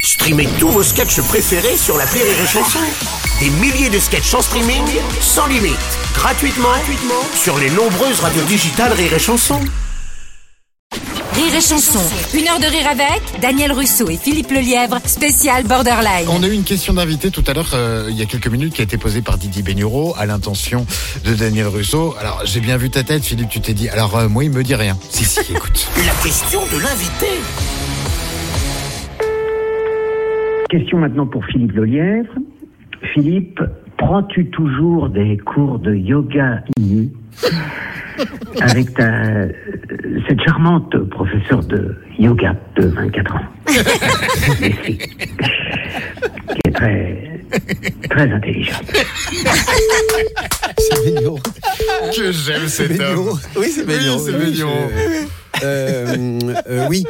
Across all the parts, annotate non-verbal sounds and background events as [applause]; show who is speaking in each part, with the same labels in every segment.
Speaker 1: Streamez tous vos sketchs préférés sur la Rire et Chanson. Des milliers de sketchs en streaming, sans limite, gratuitement, gratuitement sur les nombreuses radios digitales Rire et Chanson.
Speaker 2: Rire et chanson. Une heure de rire avec Daniel Russo et Philippe Lelièvre, spécial Borderline.
Speaker 3: On a eu une question d'invité tout à l'heure, euh, il y a quelques minutes, qui a été posée par Didi Bénureau à l'intention de Daniel Russo. Alors, j'ai bien vu ta tête, Philippe, tu t'es dit. Alors, euh, moi, il me dit rien. Si, si, écoute.
Speaker 1: La question de l'invité.
Speaker 4: Question maintenant pour Philippe Lelièvre. Philippe, prends-tu toujours des cours de yoga nu avec ta, euh, cette charmante professeure de yoga de 24 ans Merci. Qui est très, très intelligente.
Speaker 5: C'est mignon.
Speaker 3: [laughs] Que j'aime
Speaker 5: C'est
Speaker 3: cet
Speaker 5: mignon.
Speaker 3: homme.
Speaker 5: Oui, c'est
Speaker 3: Oui,
Speaker 5: mignon.
Speaker 3: c'est
Speaker 5: Oui,
Speaker 3: mignon.
Speaker 5: je- Euh, euh, oui.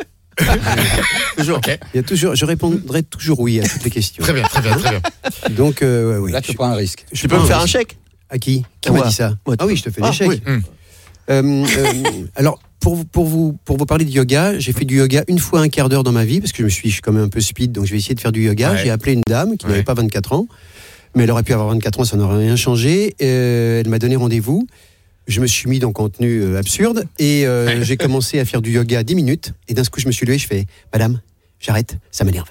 Speaker 5: [laughs] toujours.
Speaker 3: Ok.
Speaker 5: Il y a toujours. Je répondrai toujours oui à toutes les questions.
Speaker 3: Très bien, très bien, très bien.
Speaker 5: Donc euh, ouais, oui.
Speaker 6: Là, tu prends un risque.
Speaker 5: Je peux me faire un chèque À qui Qui m'a dit ça Ah oui, je te fais des chèques.
Speaker 3: Hmm.
Speaker 5: Euh, euh, alors, pour vous, pour, vous, pour vous parler de yoga, j'ai fait du yoga une fois un quart d'heure dans ma vie, parce que je me suis, je suis quand même un peu speed, donc je vais essayer de faire du yoga.
Speaker 3: Ouais.
Speaker 5: J'ai appelé une dame qui
Speaker 3: Ouais.
Speaker 5: n'avait pas 24 ans, mais elle aurait pu avoir 24 ans, ça n'aurait rien changé. Euh, elle m'a donné rendez-vous. Je me suis mis dans contenu euh, absurde et euh, j'ai commencé à faire du yoga 10 minutes. Et d'un coup, je me suis levé, je fais Madame, j'arrête, ça m'énerve.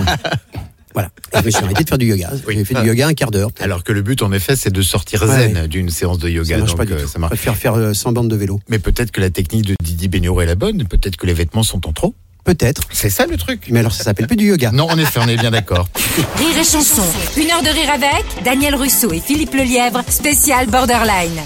Speaker 5: [laughs] voilà. Et je me suis arrêté de faire du yoga.
Speaker 3: Ah. Oui. Ah.
Speaker 5: J'ai fait du yoga un quart d'heure.
Speaker 3: Alors que le but, en effet, c'est de sortir
Speaker 5: Ouais.
Speaker 3: zen d'une séance de yoga.
Speaker 5: Ça marche
Speaker 3: donc,
Speaker 5: pas du
Speaker 3: euh,
Speaker 5: tout.
Speaker 3: ça marche.
Speaker 5: Je préfère faire euh, 100 bandes de vélo.
Speaker 3: Mais peut-être que la technique de Didi Bénureau est la bonne. Peut-être que les vêtements sont en trop.
Speaker 5: Peut-être.
Speaker 3: C'est ça le truc.
Speaker 5: Mais alors, ça s'appelle plus du yoga.
Speaker 3: Non, en effet, on est bien d'accord.
Speaker 2: Rire et chanson. Une heure de rire avec Daniel Russo et Philippe Lelièvre, spécial Borderline.